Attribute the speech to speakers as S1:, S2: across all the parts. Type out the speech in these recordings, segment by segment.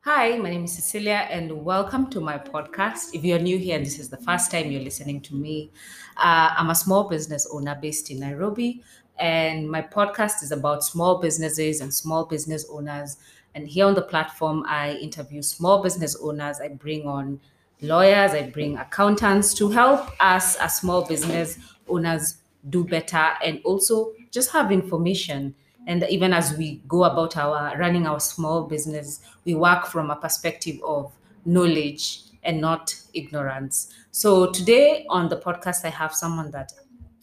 S1: Hi, my name is Cecilia, and welcome to my podcast. If you're new here and this is the first time you're listening to me, uh, I'm a small business owner based in Nairobi, and my podcast is about small businesses and small business owners. And here on the platform, I interview small business owners. I bring on lawyers, I bring accountants to help us as small business owners do better and also just have information. And even as we go about our running our small business, we work from a perspective of knowledge and not ignorance. So today on the podcast, I have someone that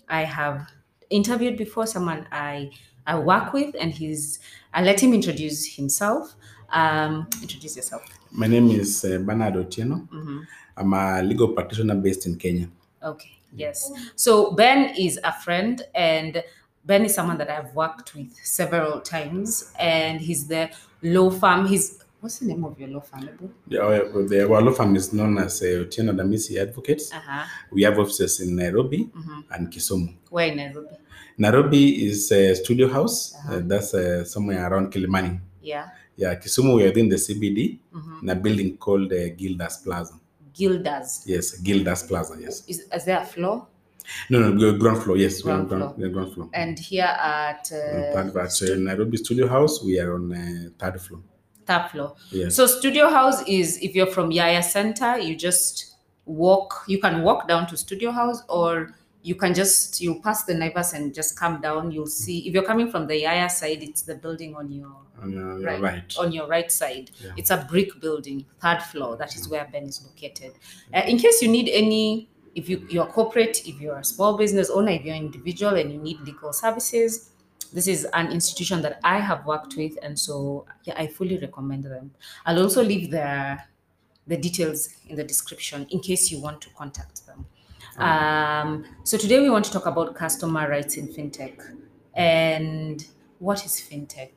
S1: I have interviewed before, someone I I work with, and he's. I let him introduce himself. Um, introduce yourself.
S2: My name is uh, Bernard Otieno.
S1: Mhm.
S2: I'm a legal practitioner based in Kenya.
S1: Okay, yes. So Ben is a friend, and Ben is someone that I've worked with several times, and he's the law firm. He's what's the name of your law firm? Ebu?
S2: The, our the- our law firm is known as uh, Otieno Damisi Advocates.
S1: Uh-huh.
S2: We have offices in Nairobi
S1: mhm.
S2: and Kisumu.
S1: We're in Nairobi.
S2: Nairobi is a studio house,
S1: Uh-huh.
S2: uh, that's uh, somewhere around Kilimani.
S1: Yeah.
S2: Yeah, Kisumu, we are doing the CBD
S1: hmm
S2: in a building called uh, Gildas Plaza.
S1: Gildas.
S2: Yes, Gildas Plaza, yes.
S1: Is, is there a floor?
S2: No, no, we are ground floor, yes, we are on
S1: Ground
S2: ground,
S1: floor.
S2: we are ground floor.
S1: And here at
S2: On
S1: uh,
S2: third, but, uh,
S1: stu-
S2: Nairobi Studio House, we are on uh, third floor.
S1: third floor.
S2: Yes.
S1: So Studio House is if you're from Yaya Center, you just walk. You can walk down to Studio House, or you can just you pass the Naivas and just come down. You'll see if you're coming from the Yaya side, it's the building on your
S2: on your your
S1: right
S2: uh, right.
S1: on your right side.
S2: Yeah.
S1: It's a brick building, third floor. That is where Ben is located. Uh, in case you need any. If you, you're corporate, if you're a small business owner, if you're an individual and you need legal services, this is an institution that I have worked with, and so yeah, I fully recommend them. I'll also leave the the details in the description in case you want to contact them. Um, so today we want to talk about customer rights in fintech, and what is fintech?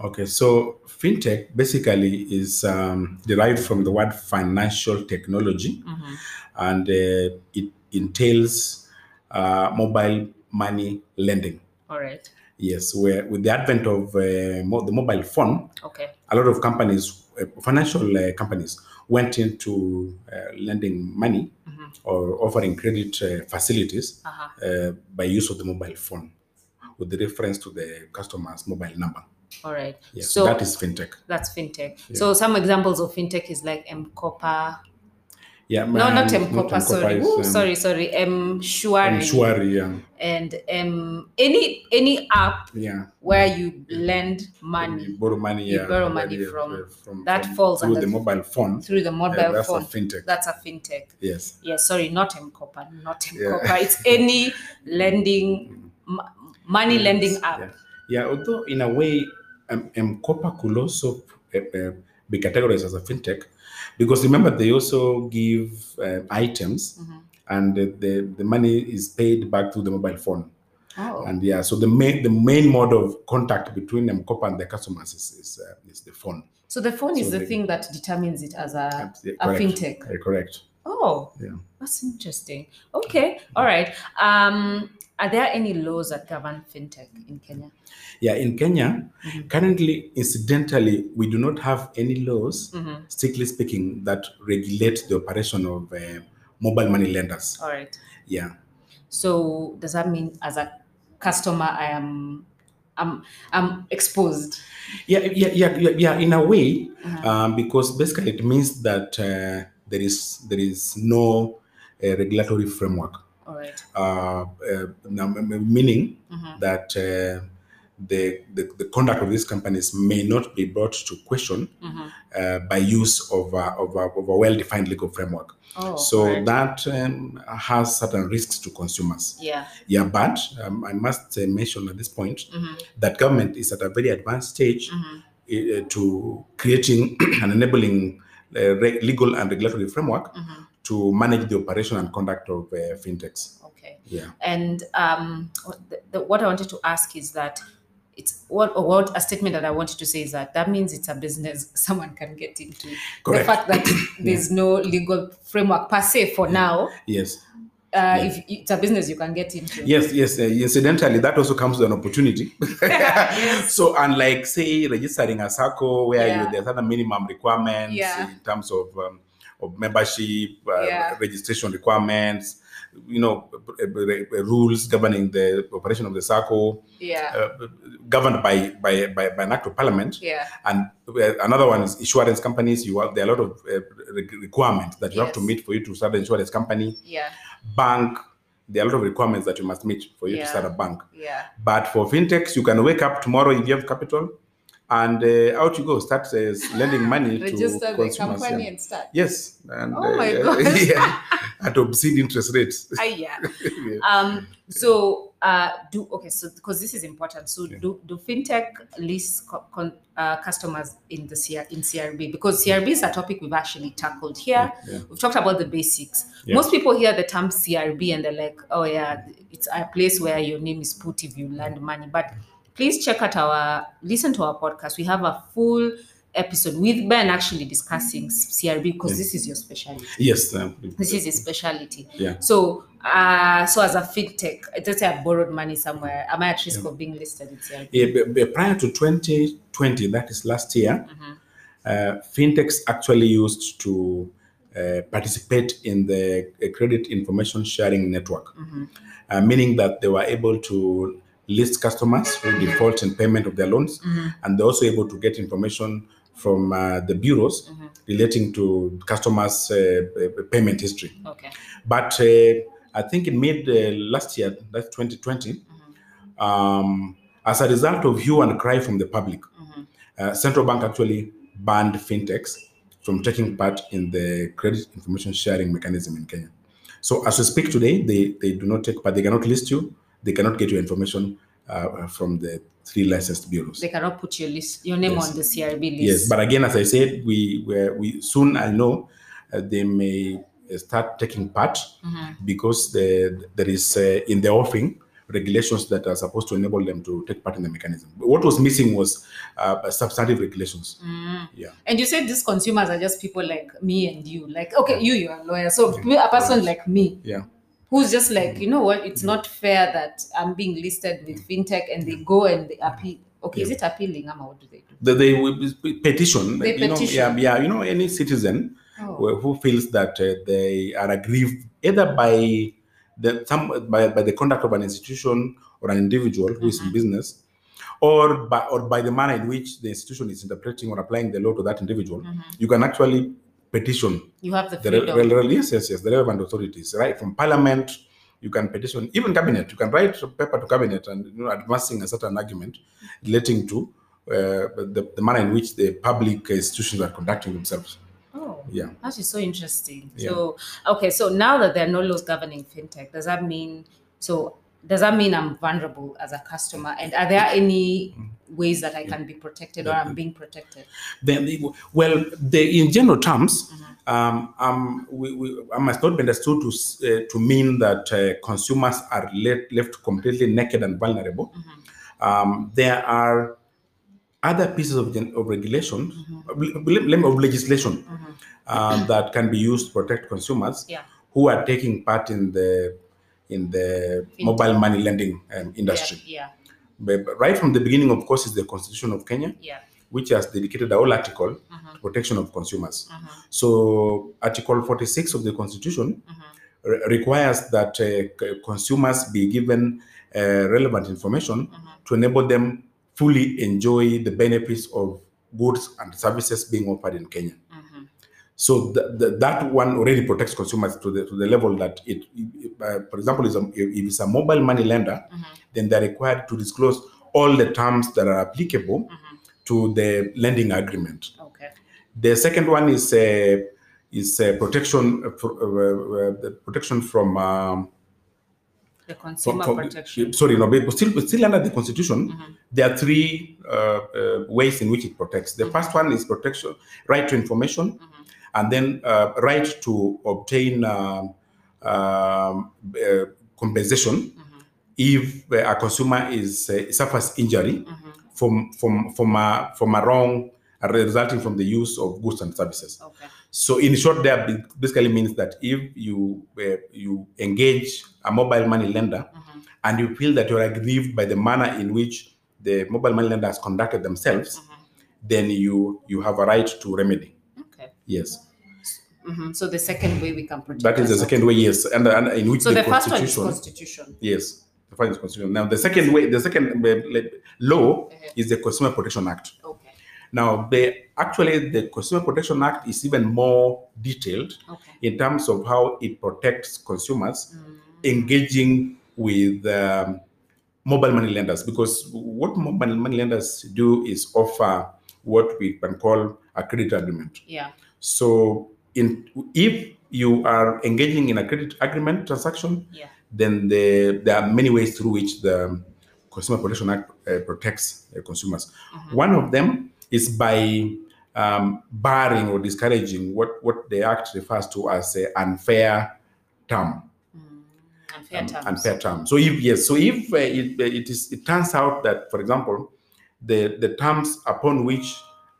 S2: Okay, so fintech basically is um, derived from the word financial technology,
S1: Mhm.
S2: and uh, it entails uh, mobile money lending.
S1: All right.
S2: Yes, where with the advent of uh, mo- the mobile phone,
S1: Okay.
S2: a lot of companies, uh, financial uh, companies, went into uh, lending money
S1: hmm
S2: or offering credit uh, facilities
S1: Uh-huh.
S2: uh, by use of the mobile phone, with the reference to the customer's mobile number.
S1: All right.
S2: Yes, so that
S1: So
S2: is fintech.
S1: that's fintech.
S2: Yeah.
S1: So some examples of fintech is like Mkopa.
S2: Yeah,
S1: No, not
S2: man, not
S1: Mkopa. Sorry.
S2: Mkopa is
S1: Woo,
S2: um,
S1: sorry. Sorry. M Shwari.
S2: Mshwari. Yeah,
S1: and um, any any app
S2: yeah.
S1: where you lend
S2: When you
S1: money,
S2: borrow money,
S1: you
S2: yeah,
S1: borrow
S2: where
S1: money
S2: you-
S1: from,
S2: where from,
S1: that
S2: from
S1: falls
S2: through
S1: under
S2: the mobile phone,
S1: through the
S2: uh,
S1: mobile
S2: that's a
S1: phone.
S2: fintech.
S1: That's a fintech.
S2: Yes,
S1: Yeah, sorry, not MCOPA, not
S2: yeah,
S1: MCOPA. It's any lending, m- money lending
S2: yes,
S1: app.
S2: yeah, yeah. Although in a way, um, Mkopa could also uh, uh, be categorized as a fintech, because remember they also give uh, items,
S1: Mhm.
S2: and the, the the money is paid back through the mobile phone.
S1: Oh,
S2: And yeah, so the main the main mode of contact between Mkopa and the customers is is, uh, is the phone.
S1: so the phone is
S2: So
S1: the
S2: the
S1: thing that determines it as a,
S2: abs- yeah,
S1: a
S2: correct,
S1: fintech.
S2: Yeah, correct.
S1: Oh,
S2: Yeah.
S1: that's interesting. Okay, all right. Um, are there any laws that govern fintech in Kenya?
S2: Yeah. In Kenya,
S1: Mhm.
S2: currently, incidentally, we do not have any laws,
S1: Mhm.
S2: strictly speaking, that regulate the operation of uh, mobile money lenders.
S1: All right.
S2: Yeah.
S1: So does that mean as a customer I am I'm I'm exposed?
S2: Yeah, yeah, yeah, yeah, yeah, in a way,
S1: Uh-huh.
S2: um, because basically it means that uh, there is there is no uh, regulatory framework.
S1: All right.
S2: uh, uh, now, m- m- meaning
S1: Mhm.
S2: that uh, the, the the conduct of these companies may not be brought to question
S1: Mhm.
S2: uh, by use of a, of a, of a well-defined legal framework.
S1: Oh, all
S2: So
S1: right.
S2: that um, has certain risks to consumers.
S1: Yeah.
S2: Yeah, but um, I must uh, mention at this point
S1: Mhm.
S2: that government is at a very advanced stage
S1: Mhm.
S2: uh, to creating and enabling uh, re- legal and regulatory framework
S1: Mhm.
S2: to manage the operation and conduct of uh, fintechs.
S1: Okay.
S2: Yeah.
S1: And um, what, the, the, what I wanted to ask is that it's what, or what a statement that I wanted to say is that that means it's a business someone can get into. The
S2: Correct.
S1: fact that
S2: yeah.
S1: there's no legal framework per se for
S2: Yeah.
S1: now,
S2: Yes.
S1: Uh, if it's a business you can get into.
S2: Yes, yes. Uh, incidentally, that also comes with an opportunity.
S1: Yes.
S2: So, unlike say registering a circle where
S1: Yeah.
S2: you, there's other minimum requirements
S1: Yeah.
S2: in terms of um, of membership, uh,
S1: Yeah.
S2: registration requirements, you know, uh, uh, rules governing the operation of the circle,
S1: Yeah.
S2: uh, governed by by, by by an act of parliament.
S1: Yeah.
S2: And uh, another one is insurance companies. You have there are a lot of uh, re- requirements that you have to
S1: Yes.
S2: meet for you to start an insurance company
S1: Yeah.
S2: bank there are a lot of requirements that you must meet for you
S1: Yeah.
S2: to start a bank
S1: Yeah.
S2: but for fintechs you can wake up tomorrow if you have capital and uh, out you go start uh, lending money
S1: Register
S2: to
S1: the
S2: consumers
S1: company
S2: yeah.
S1: and start.
S2: yes and
S1: Oh my
S2: uh,
S1: gosh.
S2: yeah, at obscene interest rates
S1: Ah, yeah.
S2: Yeah.
S1: Um. So, uh, do okay. So, because this is important. So,
S2: Yeah.
S1: do do fintech list co- con, uh, customers in the CR, in CRB because CRB is a topic we've actually tackled here.
S2: Yeah.
S1: We've talked about the basics.
S2: Yeah.
S1: Most people hear the term CRB and they're like, oh yeah, it's a place where your name is put if you lend money. But please check out our listen to our podcast. We have a full episode with Ben actually discussing CRB because
S2: Yeah.
S1: this is your specialty
S2: yes um,
S1: this is a specialty
S2: Yeah.
S1: so uh so as a fintech let's say i borrowed money somewhere am i at risk
S2: Yeah.
S1: of being listed in CRB?
S2: yeah, but- but Eh, prior to 2020 that is last year
S1: Mhm.
S2: uh, fintechs actually used to uh, participate in the uh, credit information sharing network
S1: Mhm.
S2: uh, meaning that they were able to list customers who default in payment of their loans,
S1: Mhm.
S2: and they're also able to get information from uh, the bureaus
S1: Mhm.
S2: relating to customers' uh, uh, payment history.
S1: okay
S2: But uh, I think in mid uh, last year, that's 2020,
S1: Mhm.
S2: um, as a result of hue and cry from the public,
S1: Mhm.
S2: uh, central bank actually banned fintechs from taking part in the credit information sharing mechanism in Kenya. So as we speak today, they, they do not take part. They cannot list you. They cannot get your information uh, from the three licensed bureaus.
S1: they cannot put your list your name
S2: Yes.
S1: on the crb list
S2: Yes, but again, as I said, we were, we soon I know uh, they may uh, start taking part
S1: Mhm.
S2: because the, there is uh, in the offering regulations that are supposed to enable them to take part in the mechanism. What was missing was uh, substantive regulations.
S1: Mm.
S2: Yeah.
S1: and you said these consumers are just people like me and you like okay you you're a lawyer so a person like me
S2: Yeah.
S1: who's just like you know what it's not fair that i'm being listed with fintech and they go and they appeal okay is
S2: Yeah.
S1: it appealing ama what do they do
S2: that they will be- petition,
S1: They
S2: you know, yeah,
S1: petition.
S2: yeah, you know, any citizen
S1: oh.
S2: who who feels that uh, they are aggrieved either by the some by, by the conduct of an institution or an individual who is in
S1: Mhm.
S2: business, or by or by the manner in which the institution is interpreting or applying the law to that individual,
S1: Mhm.
S2: you can actually petition
S1: you have the
S2: the re-
S1: freedom
S2: re- re- yes, yes, yes, the relevant authorities, right, from parliament. You can petition even cabinet. You can write a paper to cabinet and you know, advancing a certain argument relating to uh, the, the manner in which the public institutions are conducting themselves.
S1: oh
S2: Yeah.
S1: That is so interesting.
S2: Yeah.
S1: So okay, so now that there are no laws governing fintech, does that mean so does that mean I'm vulnerable as a customer? And are there any ways that I can be protected or I'm being protected?
S2: Then, they- well, the, in general terms,
S1: Mhm.
S2: um, um, we, we, I must not be understood to s- uh, to mean that uh, consumers are let, left completely naked and vulnerable.
S1: Mhm.
S2: Um, there are other pieces of, gen- of regulation,
S1: Mhm.
S2: of le- le- of legislation
S1: Mhm.
S2: uh, that can be used to protect consumers
S1: Yeah.
S2: who are taking part in the in the
S1: Fintech.
S2: mobile money lending um, industry.
S1: Yeah,
S2: But but right from the beginning, of course, is the Constitution of Kenya,
S1: yeah.
S2: which has dedicated a whole article
S1: yeah. Mhm,
S2: to protection of consumers.
S1: mhm,
S2: So, Article 46 of the Constitution
S1: mhm,
S2: re- requires that uh, c- consumers be given uh, relevant information
S1: mhm.
S2: to enable them fully enjoy the benefits of goods and services being offered in Kenya.
S1: Mhm.
S2: So th- th- that one already protects consumers to the to the level that it, it- uh, for example, is a, if it's a mobile money lender,
S1: Mhm.
S2: then they're required to disclose all the terms that are applicable
S1: Mhm.
S2: to the lending agreement.
S1: Okay.
S2: The second one is uh, is uh, protection uh, for, uh, uh, the protection from. Um,
S1: The
S2: from,
S1: consumer
S2: from-
S1: protection.
S2: sorry, no, but still, but still under the constitution,
S1: Mhm.
S2: there are three uh, uh, ways in which it protects. The first one is protection, right to information,
S1: Mhm.
S2: and then uh, right to obtain um, um, uh, compensation
S1: Mhm.
S2: if uh, a consumer is uh, suffers injury
S1: Mhm.
S2: uh, from from from a from a wrong resulting from the use of goods and services.
S1: Okay.
S2: So in short, that b- basically means that if you uh, you engage a mobile money lender
S1: Mhm.
S2: and you feel that you are aggrieved by the manner in which the mobile money lender has conducted themselves,
S1: Mm-hmm.
S2: then you you have a right to remedy.
S1: Okay.
S2: Yes,
S1: Mhm. So the second way we can protect.
S2: that is the
S1: ourselves.
S2: second way. Yes, and, and in which
S1: So
S2: the,
S1: the first one is
S2: constitution.
S1: constitution.
S2: yes, the first is constitution. Now the second way, the second uh, le- law
S1: Uh-huh.
S2: is the Consumer Protection Act.
S1: Okay.
S2: Now the actually the Consumer Protection Act is even more detailed
S1: Okay.
S2: in terms of how it protects consumers
S1: Mm.
S2: engaging with um, mobile money lenders because what mobile money lenders do is offer what we can call a credit agreement.
S1: Yeah.
S2: So, in if you are engaging in a credit agreement transaction,
S1: Yeah.
S2: then the, there are many ways through which the Consumer Protection Act uh, protects uh, consumers.
S1: Mhm.
S2: One of them is by um, barring or discouraging what, what the Act refers to as an unfair term
S1: Mm. Unfair
S2: um,
S1: terms.
S2: unfair term. So if yes, so if uh, it, it is it turns out that, for example, the the terms upon which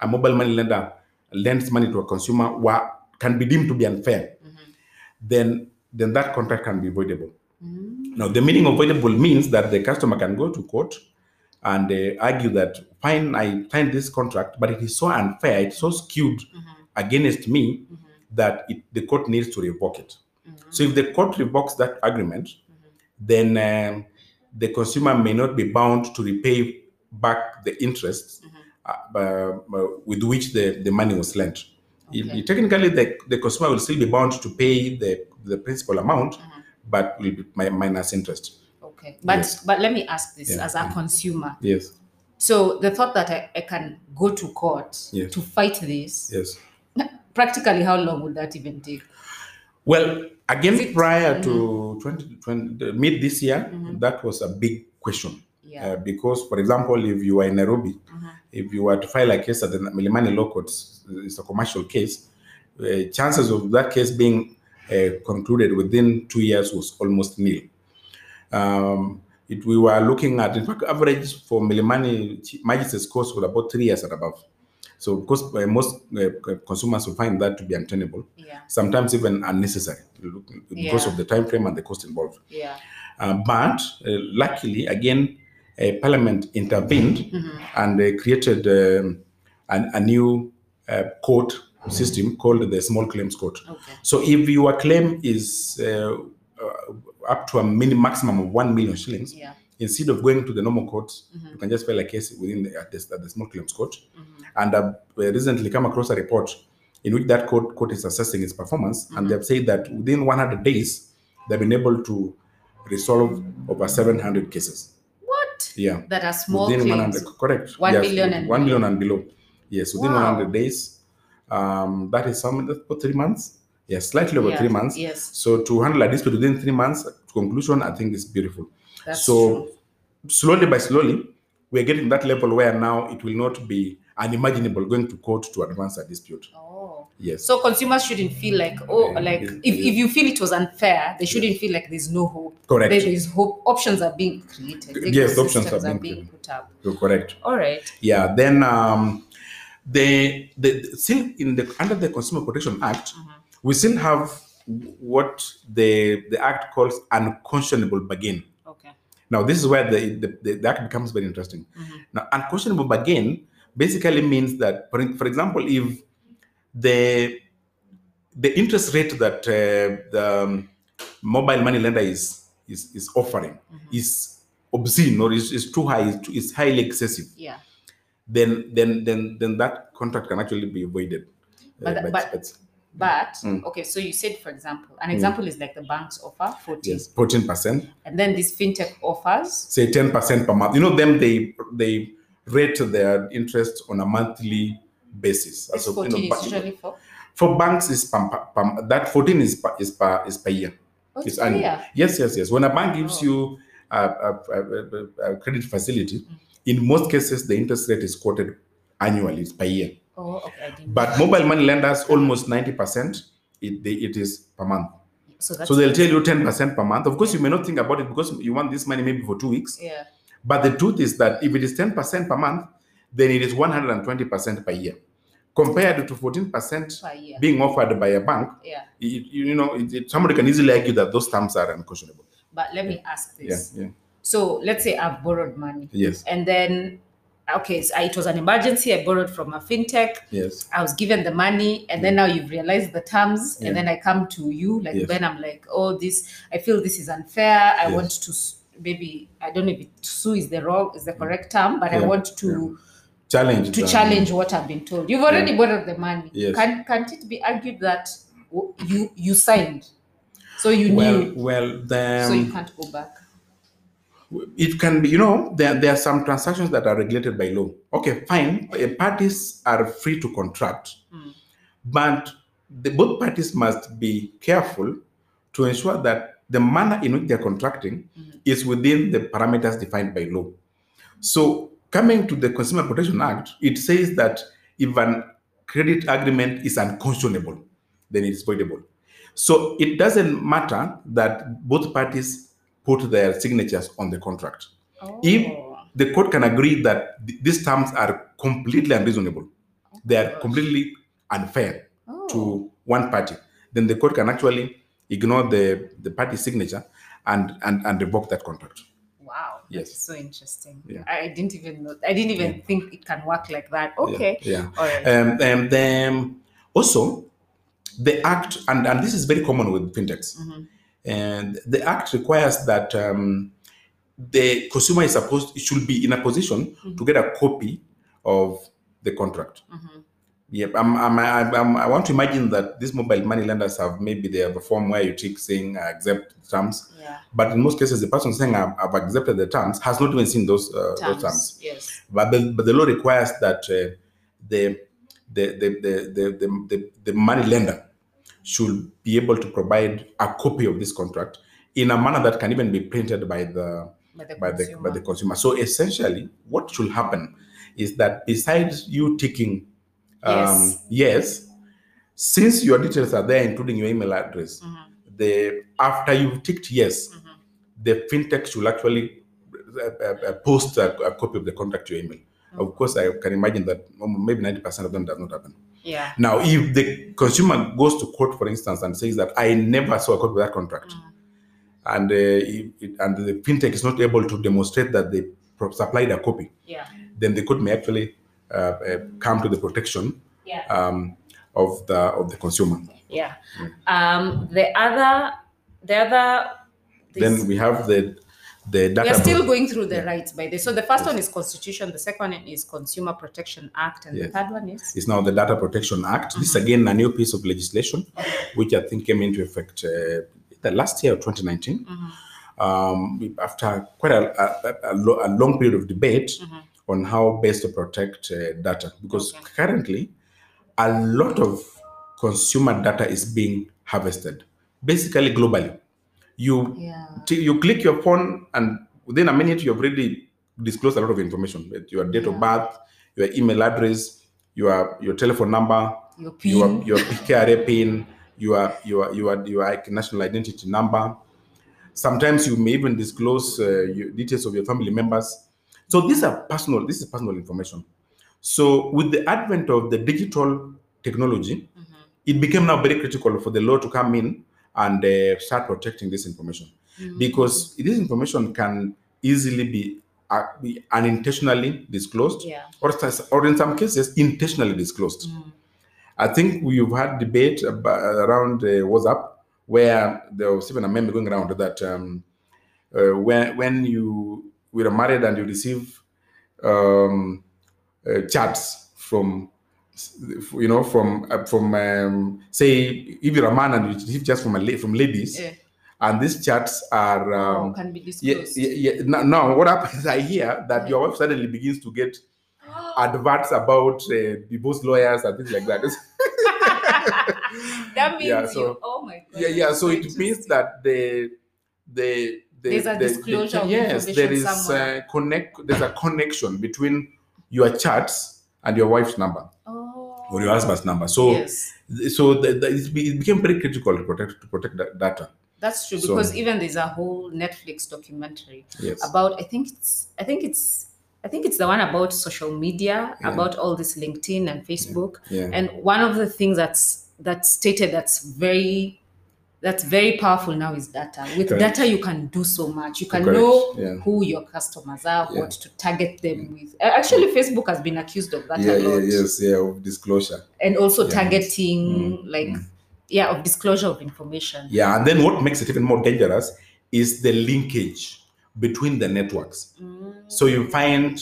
S2: a mobile money lender lends money to a consumer were, can be deemed to be unfair,
S1: Mhm.
S2: then then that contract can be voidable.
S1: Mm.
S2: Now the meaning of voidable means that the customer can go to court and uh, argue that fine I find this contract, but it is so unfair, it's so skewed
S1: Mhm.
S2: against me
S1: Mhm.
S2: that it, the court needs to revoke it.
S1: Mhm.
S2: So if the court revokes that agreement,
S1: Mhm.
S2: then um, the consumer may not be bound to repay back the interest
S1: Mhm.
S2: uh, uh, with which the, the money was lent. It-
S1: Okay.
S2: it- technically, the, the consumer will still be bound to pay the, the principal amount,
S1: Mhm.
S2: but will be mi- minus interest.
S1: Okay. But
S2: Yes.
S1: but let me ask this
S2: Yeah.
S1: as a consumer.
S2: Yes,
S1: So the thought that I, I can go to court
S2: Yes.
S1: to fight this,
S2: yes.
S1: practically how long would that even take?
S2: Well,
S1: Is
S2: again,
S1: it- Mm-hmm.
S2: prior to 2020, mid this year,
S1: Mhm.
S2: that was a big question.
S1: Yeah.
S2: Uh, because, for example, if you are in Nairobi,
S1: Mhm.
S2: if you were to file a case at the Milimani Law Court, it's a commercial case, uh, chances of that case being uh, concluded within two years was almost nil. Um, it, we were looking at, in fact, average for Milimani chi- magistrate's course was about three years and above. So, of course, uh, most uh, c- consumers will find that to be untenable,
S1: Yeah.
S2: sometimes even unnecessary because
S1: Yeah.
S2: of the time frame and the cost involved.
S1: Yeah.
S2: Uh, but uh, luckily, again, uh, Parliament intervened
S1: Mhm.
S2: and they created um, an, a new uh, court system called the small claims court
S1: Okay.
S2: so if your claim is uh, uh, up to a mini maximum of 1 million shillings
S1: Yeah.
S2: instead of going to the normal court
S1: Mhm.
S2: you can just file a case within the, at the, at the small claims court
S1: Mhm.
S2: and i've uh, recently come across a report in which that court, court is assessing its performance
S1: Mm-hmm.
S2: and they've said that within 100 days they've been able to resolve over 700 cases
S1: What?
S2: yeah
S1: That are small
S2: within
S1: claims.
S2: 100 correct
S1: One
S2: yes,
S1: million and
S2: one
S1: below.
S2: million and below yes within
S1: Wow.
S2: 100 days um that is some that's for three months yes slightly over
S1: Yeah.
S2: three months
S1: Yes.
S2: so to handle a dispute within three months to conclusion i think is beautiful
S1: That's
S2: so
S1: true.
S2: slowly by slowly we're getting that level where now it will not be unimaginable going to court to advance a dispute
S1: Oh.
S2: yes
S1: So consumers shouldn't feel like, oh,
S2: Yeah,
S1: like
S2: yeah,
S1: if,
S2: yeah.
S1: if you feel it was unfair, they shouldn't feel like there's no hope.
S2: Correct.
S1: There is hope. Options are being created. The
S2: Yes, options
S1: systems
S2: are being created.
S1: put up.
S2: you're correct
S1: All right.
S2: yeah then um the the the- still in the under the consumer protection act
S1: Mhm.
S2: we still have what the the act calls unconscionable bargain
S1: Okay.
S2: now this is where the the, the, the act becomes very interesting
S1: Mhm.
S2: now unconscionable bargain basically means that for, for example if the the interest rate that uh, the um, mobile money lender is is, is offering
S1: Mm-hmm.
S2: is obscene or is, is too high is, too, is highly excessive
S1: Yeah.
S2: then then then then that contract can actually be avoided Uh,
S1: But the-
S2: by
S1: but-
S2: experts.
S1: But
S2: Mm.
S1: okay, so you said, for example, an example is like the banks offer 40,
S2: yes 14 percent
S1: and then this fintech offers.
S2: say 10 percent per month you know them they they rate their interest on a monthly basis
S1: This
S2: So, you know,
S1: 14
S2: ba-
S1: is usually for
S2: for banks is per, per- per- that 14 is per, is per is per year
S1: oh,
S2: It's
S1: it's
S2: annual.
S1: clear.
S2: yes yes yes when a bank gives
S1: Oh.
S2: you a, a- a- a- a credit facility
S1: Mm.
S2: in most cases the interest rate is quoted annually it's per year
S1: Oh, okay, I didn't.
S2: but mobile money lenders almost 90 percent it, they, it is per month
S1: so that's
S2: so they'll tell you 10 percent per month of course you may not think about it because you want this money maybe for two weeks
S1: yeah.
S2: but the truth is that if it is 10% per month, then it is 120% per year. compared to 14%
S1: per year.
S2: being offered by a bank.
S1: Yeah.
S2: It, you know, it, it- somebody can easily argue that those terms are unconscionable.
S1: But let me ask this.
S2: Yeah, yeah,
S1: So let's say I've borrowed money
S2: yes,
S1: and then, okay, so I- it was an emergency. I borrowed from a fintech.
S2: yes,
S1: I was given the money and then now you've realized the terms
S2: Mm. Yeah.
S1: and then I come to you like
S2: Yes.
S1: when I'm like oh this I feel this is unfair I
S2: Yes.
S1: want to s- maybe I don't know if it, sue is the wrong is the correct term but I
S2: Mm. Yeah.
S1: want to
S2: challenge
S1: to
S2: them.
S1: challenge what I've been told you've already borrowed the money
S2: Yes.
S1: can can't it be argued that w- you you signed so you
S2: Well,
S1: knew
S2: well, um,
S1: so you
S2: then
S1: can't go back
S2: it can be. You know, there there are some transactions that are regulated by law. Okay, fine. Uh, Parties are free to contract,
S1: Mm.
S2: but the both parties must be careful to ensure that the manner in which they are contracting
S1: Mhm.
S2: is within the parameters defined by law. So, coming to the Consumer Protection Act, it says that if an credit agreement is unconscionable, then it is voidable. So, it doesn't matter that both parties put their signatures on the contract.
S1: oh.
S2: If- The court can agree that th- these terms are completely unreasonable, they are
S1: Gosh.
S2: completely unfair
S1: Oh.
S2: to one party, then the court can actually ignore the, the party's signature and, and, and revoke that contract.
S1: Oh, Wow.
S2: Yes.
S1: So interesting.
S2: Yeah.
S1: I I didn't even know. I didn't even think it can work like that.
S2: Yeah,
S1: Okay.
S2: Yeah.
S1: All right.
S2: Um, um, then also, the act, and, and this is very common with fintechs,
S1: Mhm.
S2: and the act requires that um, the consumer is supposed, should be in a position to get a copy of the contract.
S1: Mhm.
S2: Yep, I'm, I'm, I'm, I'm, I want to imagine that these mobile money lenders have maybe they have a form where you tick saying I accept terms,
S1: Yeah.
S2: but in most cases the person saying I've, I've accepted the terms has not even seen those uh,
S1: Terms.
S2: those terms
S1: Yes.
S2: but the, but the law requires that uh, the, the, the, the, the, the, the, the money lender should be able to provide a copy of this contract in a manner that can even be printed by the
S1: By the
S2: by the
S1: consumer.
S2: by the consumer. So essentially, what should happen is that besides you ticking um, yes. since your details are there, including your email address,
S1: Mhm.
S2: the after you've ticked yes,
S1: Mhm.
S2: the fintech should actually uh, uh, uh, post a, a copy of the contract to your email.
S1: Mm-hmm.
S2: Of course, I can imagine that um, maybe 90% of them does not happen.
S1: Yeah.
S2: Now, if the consumer goes to court, for instance, and says that I never saw a copy of that contract,
S1: Mhm.
S2: and uh, if it, and the fintech is not able to demonstrate that they pro- supplied a copy,
S1: Yeah.
S2: then the court may actually uh, uh, come to the protection
S1: Yeah.
S2: um, of the of the consumer.
S1: Yeah.
S2: Mm.
S1: Um. The other. The other. This,
S2: Then we have the the
S1: we are
S2: data.
S1: still going through the rights by this. So the first one is Constitution. The second one is Consumer Protection Act, and the
S2: Yes.
S1: third one is
S2: It's now the Data Protection Act. This is again a new piece of legislation, which I think came into effect uh, the last year of 2019. Um, after quite a, a, a, lo- a long period of debate on how best to protect uh, data, because
S1: Okay.
S2: currently a lot of consumer data is being harvested, basically globally. You
S1: yeah.
S2: t- you click your phone and within a minute you've already disclosed a lot of information with your date of
S1: Yeah.
S2: birth your email address your your telephone number
S1: Your PIN.
S2: your your kra pin your your your your national identity number sometimes you may even disclose uh, your details of your family members so these are personal this is personal information so with the advent of the digital technology
S1: Mhm.
S2: it became now very critical for the law to come in and uh, start protecting this information
S1: Mhm.
S2: because this information can easily be, uh, be unintentionally disclosed
S1: Yeah.
S2: or, s- or in some cases intentionally disclosed
S1: Mhm.
S2: i think we've had debate about, around uh, whatsapp where there was even a meme going around that um, uh, when, when you were married and you receive um, uh, chats from you know from uh, from um, say if you're a man and you receive chats from a la- from ladies
S1: Yeah.
S2: and these chats are
S1: Oh,
S2: um,
S1: can be
S2: yeah,
S1: disclosed.
S2: yeah, yeah. Now, now what happens? I hear that
S1: Yeah.
S2: your wife suddenly begins to get adverts about uh, divorce lawyers and things like that.
S1: that means
S2: Yeah, so-
S1: you. Oh my god.
S2: yeah, yeah.
S1: that's
S2: So it
S1: interesting.
S2: means that the the the
S1: There's a
S2: the- the-
S1: disclosure of
S2: yes, there is
S1: information
S2: uh
S1: somewhere.
S2: connect. There's a connection between your chats and your wife's number
S1: Oh.
S2: or your husband's number. So
S1: yes,
S2: so the, the, it's be- it became very critical to protect to protect that data.
S1: that's true
S2: so-
S1: because even there's a whole Netflix documentary
S2: Yes.
S1: about. I think it's. I think it's. I I think it's the one about social media,
S2: Yeah.
S1: about all this LinkedIn and Facebook.
S2: Yeah.
S1: And one of the things that's that's stated that's very that's very powerful now is data. With
S2: Correct.
S1: data, you can do so much. You can
S2: Correct.
S1: know
S2: Yeah.
S1: who your customers are,
S2: Yeah.
S1: what to target them with. Uh, Actually, Facebook has been accused of that
S2: yeah,
S1: a
S2: yeah,
S1: lot,
S2: yes, yeah, of disclosure.
S1: and also
S2: Yeah.
S1: targeting like
S2: mm.
S1: yeah of disclosure of information.
S2: Yeah, and then what makes it even more dangerous is the linkage between the networks.
S1: Mm,
S2: So you find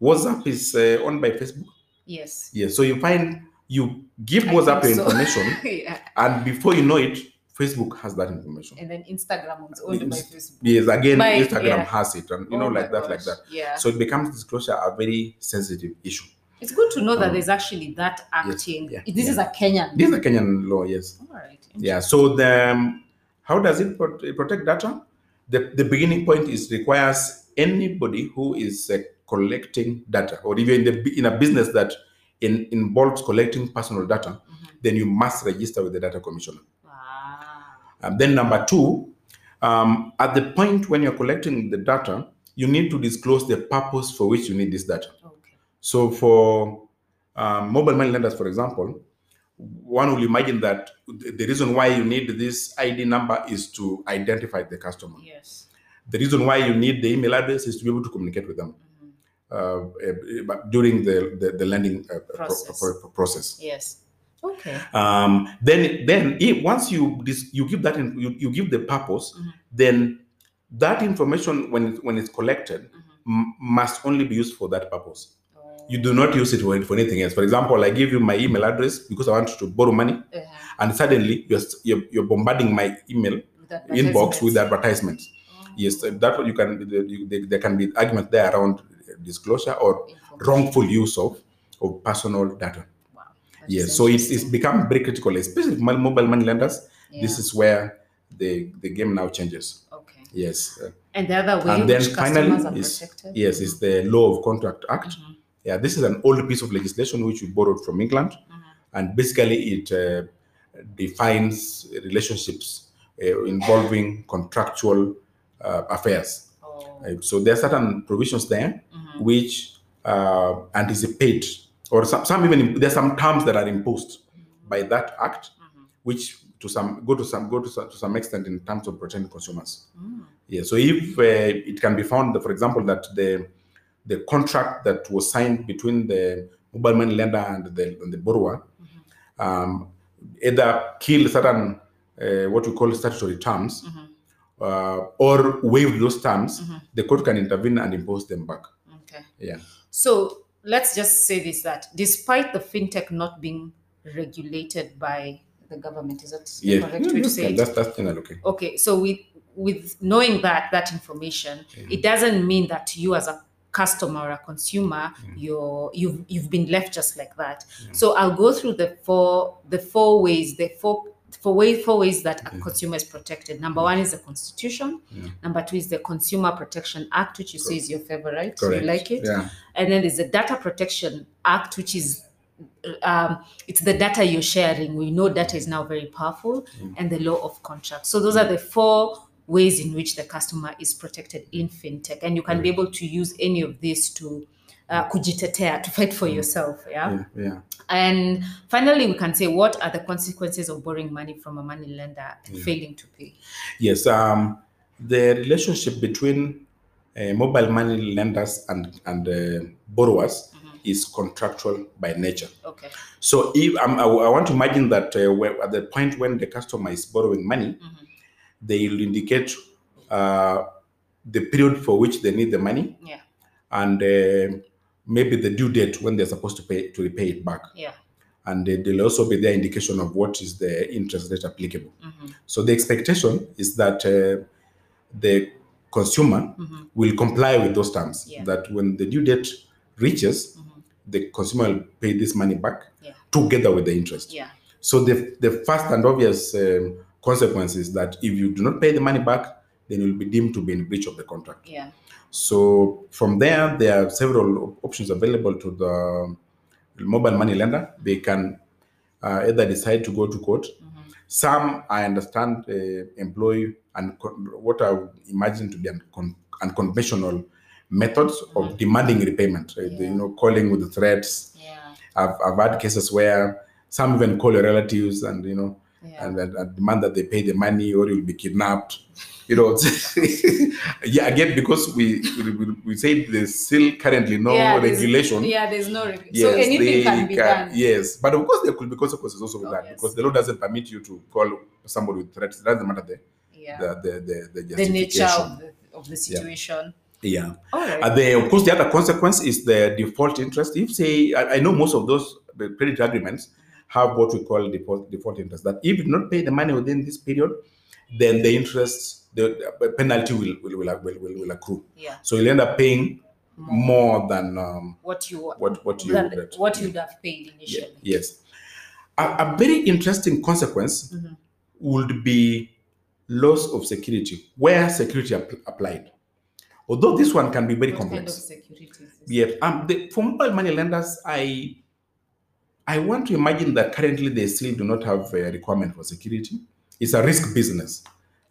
S2: WhatsApp is uh, owned by Facebook.
S1: yes,
S2: Yeah, so you find you give
S1: I
S2: WhatsApp your
S1: think so.
S2: information,
S1: yeah.
S2: and before you know it, Facebook has that information.
S1: and then Instagram was owned by
S2: Yes.
S1: Facebook.
S2: Yes, again,
S1: By-
S2: Instagram
S1: yeah.
S2: has it, and you
S1: Oh
S2: know,
S1: my
S2: like that, like
S1: gosh,
S2: that.
S1: Yeah,
S2: So it becomes disclosure a very sensitive issue.
S1: it's good to know that
S2: Mm.
S1: there's actually that acting.
S2: yeah,
S1: This
S2: yeah.
S1: is a Kenyan.
S2: This is a Kenyan law, yes.
S1: All right.
S2: Yeah. So the um, how does it pro- protect data? The, the beginning point is requires anybody who is uh, collecting data, or even in, the, bu- in a business that in, involves collecting personal data,
S1: Mhm.
S2: then you must register with the data commissioner.
S1: Wow.
S2: Um, then number two, um, at the point when you're collecting the data, you need to disclose the purpose for which you need this data.
S1: Okay.
S2: So for um, mobile money lenders, for example, one will imagine that the the reason why you need this ID number is to identify the customer.
S1: Yes.
S2: The reason why you need the email address is to be able to communicate with them
S1: Mhm.
S2: uh, eh, eh, but during the, the, the lending uh, pro-
S1: Process.
S2: pro- pro- process.
S1: Yes. Okay.
S2: Um, then, then if, once you dis- you give that in, you, you give the purpose,
S1: Mhm.
S2: then that information when it, when it's collected
S1: Mhm.
S2: m- must only be used for that purpose
S1: Oh.
S2: you do not use it for, for anything else. For example, I give you my email address because I want to borrow money,
S1: Uh-huh.
S2: and suddenly you're you're, you're bombarding my email
S1: With advertisements.
S2: inbox with advertisements.
S1: Oh.
S2: Yes, uh, that you can. You, there, there can be argument there around uh, disclosure or
S1: Information.
S2: wrongful use of of personal data.
S1: Wow. That
S2: Yes,
S1: is
S2: so it's it's
S1: interesting.
S2: become very critical, especially for mo- mobile money lenders.
S1: Yeah.
S2: This is where the the game now changes.
S1: okay.
S2: Yes, uh,
S1: And the other way
S2: and then
S1: which customers
S2: finally
S1: are
S2: is
S1: protected.
S2: yes is the Law of Contract Act.
S1: Mhm.
S2: Yeah, this is an old piece of legislation which we borrowed from England,
S1: Mhm.
S2: and basically it uh, defines relationships uh, involving contractual uh, affairs.
S1: Oh.
S2: Uh, so there are certain provisions there
S1: Mhm.
S2: which uh, anticipate, or some, some even there are some terms that are imposed by that act,
S1: Mhm.
S2: which to some go to some go to some, to some extent in terms of protecting consumers.
S1: Mm.
S2: Yeah. So if uh, it can be found, that, for example, that the the contract that was signed between the mobile money lender and the, and the borrower
S1: Mm-hmm.
S2: um, either kill certain uh, what we call statutory terms
S1: Mhm.
S2: uh, or waive those terms,
S1: Mhm.
S2: the court can intervene and impose them back.
S1: Okay.
S2: Yeah.
S1: So let's just say this that despite the fintech not being regulated by the government, is that the
S2: Yeah.
S1: correct
S2: Yeah,
S1: way to
S2: that's,
S1: say it?
S2: that's that's generally okay.
S1: okay so with with knowing that that information it doesn't mean that you as a customer or a consumer you're you've you've been left just like that so i'll go through the four the four ways the four four ways four ways that a consumer is protected number one is the constitution
S2: Yeah.
S1: number two is the consumer protection act which you say is your favorite
S2: Correct.
S1: you like it
S2: Yeah.
S1: and then there's the data protection act which is um, it's the data you're sharing we know data is now very powerful and the law of contracts so those are the four ways in which the customer is protected in fintech and you can be able to use any of these to uh, kujitetea to fight for yourself yeah
S2: Yeah. Yeah.
S1: and finally we can say what are the consequences of borrowing money from a money lender and failing to pay
S2: Yes. Um, the relationship between uh, mobile money lenders and and uh, borrowers is contractual by nature.
S1: okay
S2: So if um, I, I want to imagine that uh, where, at the point when the customer is borrowing money,
S1: Mhm.
S2: they will indicate uh, the period for which they need the money
S1: yeah
S2: and uh, maybe the due date when they're supposed to pay to repay it back.
S1: yeah
S2: And uh, there'll also be their indication of what is the interest rate applicable.
S1: Mhm.
S2: So the expectation is that uh, the consumer
S1: Mhm.
S2: will comply with those terms.
S1: Yeah.
S2: That when the due date reaches,
S1: Mhm.
S2: the consumer will pay this money back
S1: Yeah.
S2: together with the interest.
S1: yeah
S2: So the the first and obvious um, consequence is that if you do not pay the money back, then you'll be deemed to be in breach of the contract.
S1: yeah
S2: So from there, there are several op- options available to the mobile money lender. They can uh, either decide to go to court.
S1: Mhm.
S2: Some I understand uh, employ and what I would imagine to be uncon- unconventional methods
S1: Mm-hmm.
S2: of demanding repayment. right?
S1: Yeah.
S2: You know, calling with threats.
S1: Yeah.
S2: I've, I've had cases where some even call your relatives and you know
S1: Yeah.
S2: and, and- and demand that they pay the money or you'll be kidnapped. You know, yeah. Again, because we we, we say there's still currently no
S1: Yeah, there's-
S2: regulation.
S1: Yeah, there's no reg-
S2: Yes,
S1: so anything
S2: they
S1: can be done.
S2: Yes, but of course there could be consequences also with
S1: Oh,
S2: that
S1: yes.
S2: because the law doesn't permit you to call somebody with threats. It doesn't matter the
S1: Yeah.
S2: the the the, the,
S1: The nature
S2: justification.
S1: of the, of the situation.
S2: Yeah.
S1: All right.
S2: And the, of course, the other consequence is the default interest. If say, I, I know most of those the credit agreements have what we call default default interest. That if you do not pay the money within this period, then the interest, the, the penalty will will, will, will, will will accrue.
S1: yeah.
S2: So you'll end up paying
S1: More.
S2: more than um,
S1: What you
S2: what what you
S1: than
S2: regret.
S1: what you'd have paid
S2: Ye-
S1: initially.
S2: yes. A, a very interesting consequence
S1: Mhm.
S2: would be loss of security where security app- applied. Although this one can be very
S1: What
S2: complex.
S1: kind of security is this?
S2: Yes. Um, the, for mobile money lenders, I I want to imagine that currently they still do not have a requirement for security. It's a risk business.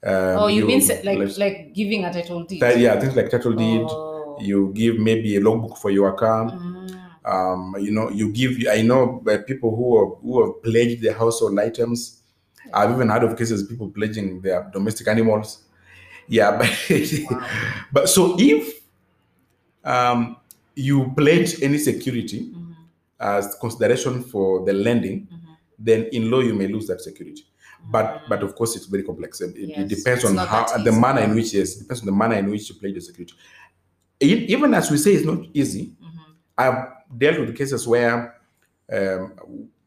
S2: Um,
S1: oh, you mean se- like
S2: let's-
S1: like giving a title deed?
S2: that- yeah, things like title deed.
S1: Oh.
S2: You give maybe a logbook for your account.
S1: Mm.
S2: Um, you know, you give. I know uh, people who have, who have pledged their household items. I've even heard of cases people pledging their domestic animals. Yeah, but
S1: Wow.
S2: but so if um, you pledge any security
S1: Mhm,
S2: as consideration for the lending,
S1: mhm.
S2: then in law you may lose that security. But but of course it's very complex. It, it- it
S1: Mm. Yes,
S2: depends
S1: it's
S2: on
S1: not
S2: how
S1: that
S2: the
S1: easy.
S2: manner in which yes, it depends on the manner in which you pledge the security. E- even as we say, it's not easy.
S1: Mhm.
S2: I've dealt with cases where um,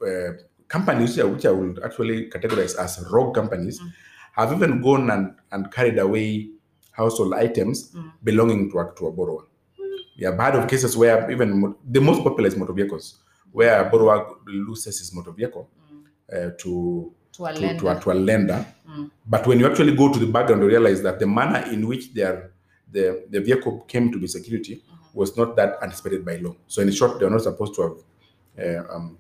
S2: uh, companies which I- which I would actually categorize as rogue companies
S1: Mm.
S2: have even gone and, and carried away household items
S1: Mm.
S2: belonging to a, to a borrower. We have heard of cases where even mo- the most popular is motor vehicles, where a borrower loses his motor vehicle
S1: Mm.
S2: uh, to,
S1: To a
S2: to,
S1: lender.
S2: to, a, to a lender.
S1: Mm.
S2: But when you actually go to the background, you realize that the manner in which their the, the vehicle came to be security
S1: Uh-huh.
S2: was not that anticipated by law. So in short, they're not supposed to have uh, um,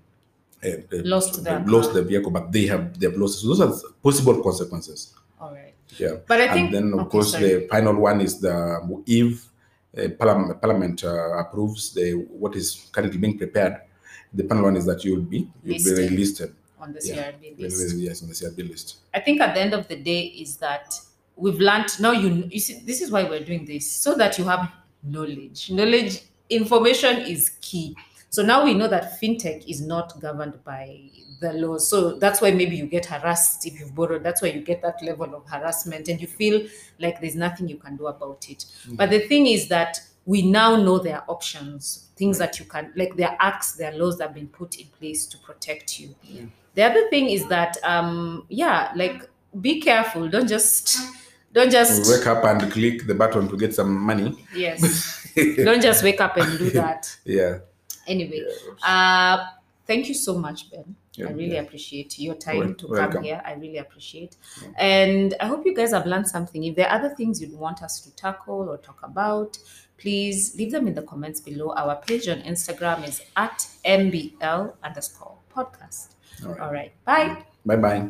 S2: uh, uh,
S1: Lost
S2: they've
S1: their
S2: lost
S1: car.
S2: the vehicle, but they have they've lost. it. So those are the possible consequences.
S1: All right.
S2: Yeah.
S1: But I
S2: and
S1: think
S2: then of
S1: okay,
S2: course
S1: sorry.
S2: the final one is the if uh, parliament, parliament uh, approves the what is currently being prepared. The final one is that you'll be you'll be
S1: Listed.
S2: relisted.
S1: on the
S2: yeah,
S1: CRB list.
S2: Yes, on the CRB list.
S1: I think at the end of the day is that we've learned now you, you see this is why we're doing this so that you have knowledge. Knowledge information is key. So now we know that fintech is not governed by the law. So that's why maybe you get harassed if you've borrowed. That's why you get that level of harassment and you feel like there's nothing you can do about it. But the thing is that we now know there are options, things that you can like there are acts, there are laws that have been put in place to protect you. The other thing is that um yeah, like be careful. Don't just don't
S2: You
S1: just
S2: wake up and click the button to get some money.
S1: yes. don't just wake up and do that.
S2: Yeah.
S1: Anyway, uh thank you so much, Ben.
S2: Yeah,
S1: I really
S2: yeah.
S1: appreciate your time
S2: Wel-
S1: to come
S2: welcome.
S1: here. I really appreciate. And I hope you guys have learned something. If there are other things you'd want us to tackle or talk about, please leave them in the comments below. Our page on Instagram is at MBL underscore podcast.
S2: All right.
S1: All right. Bye.
S2: Bye bye.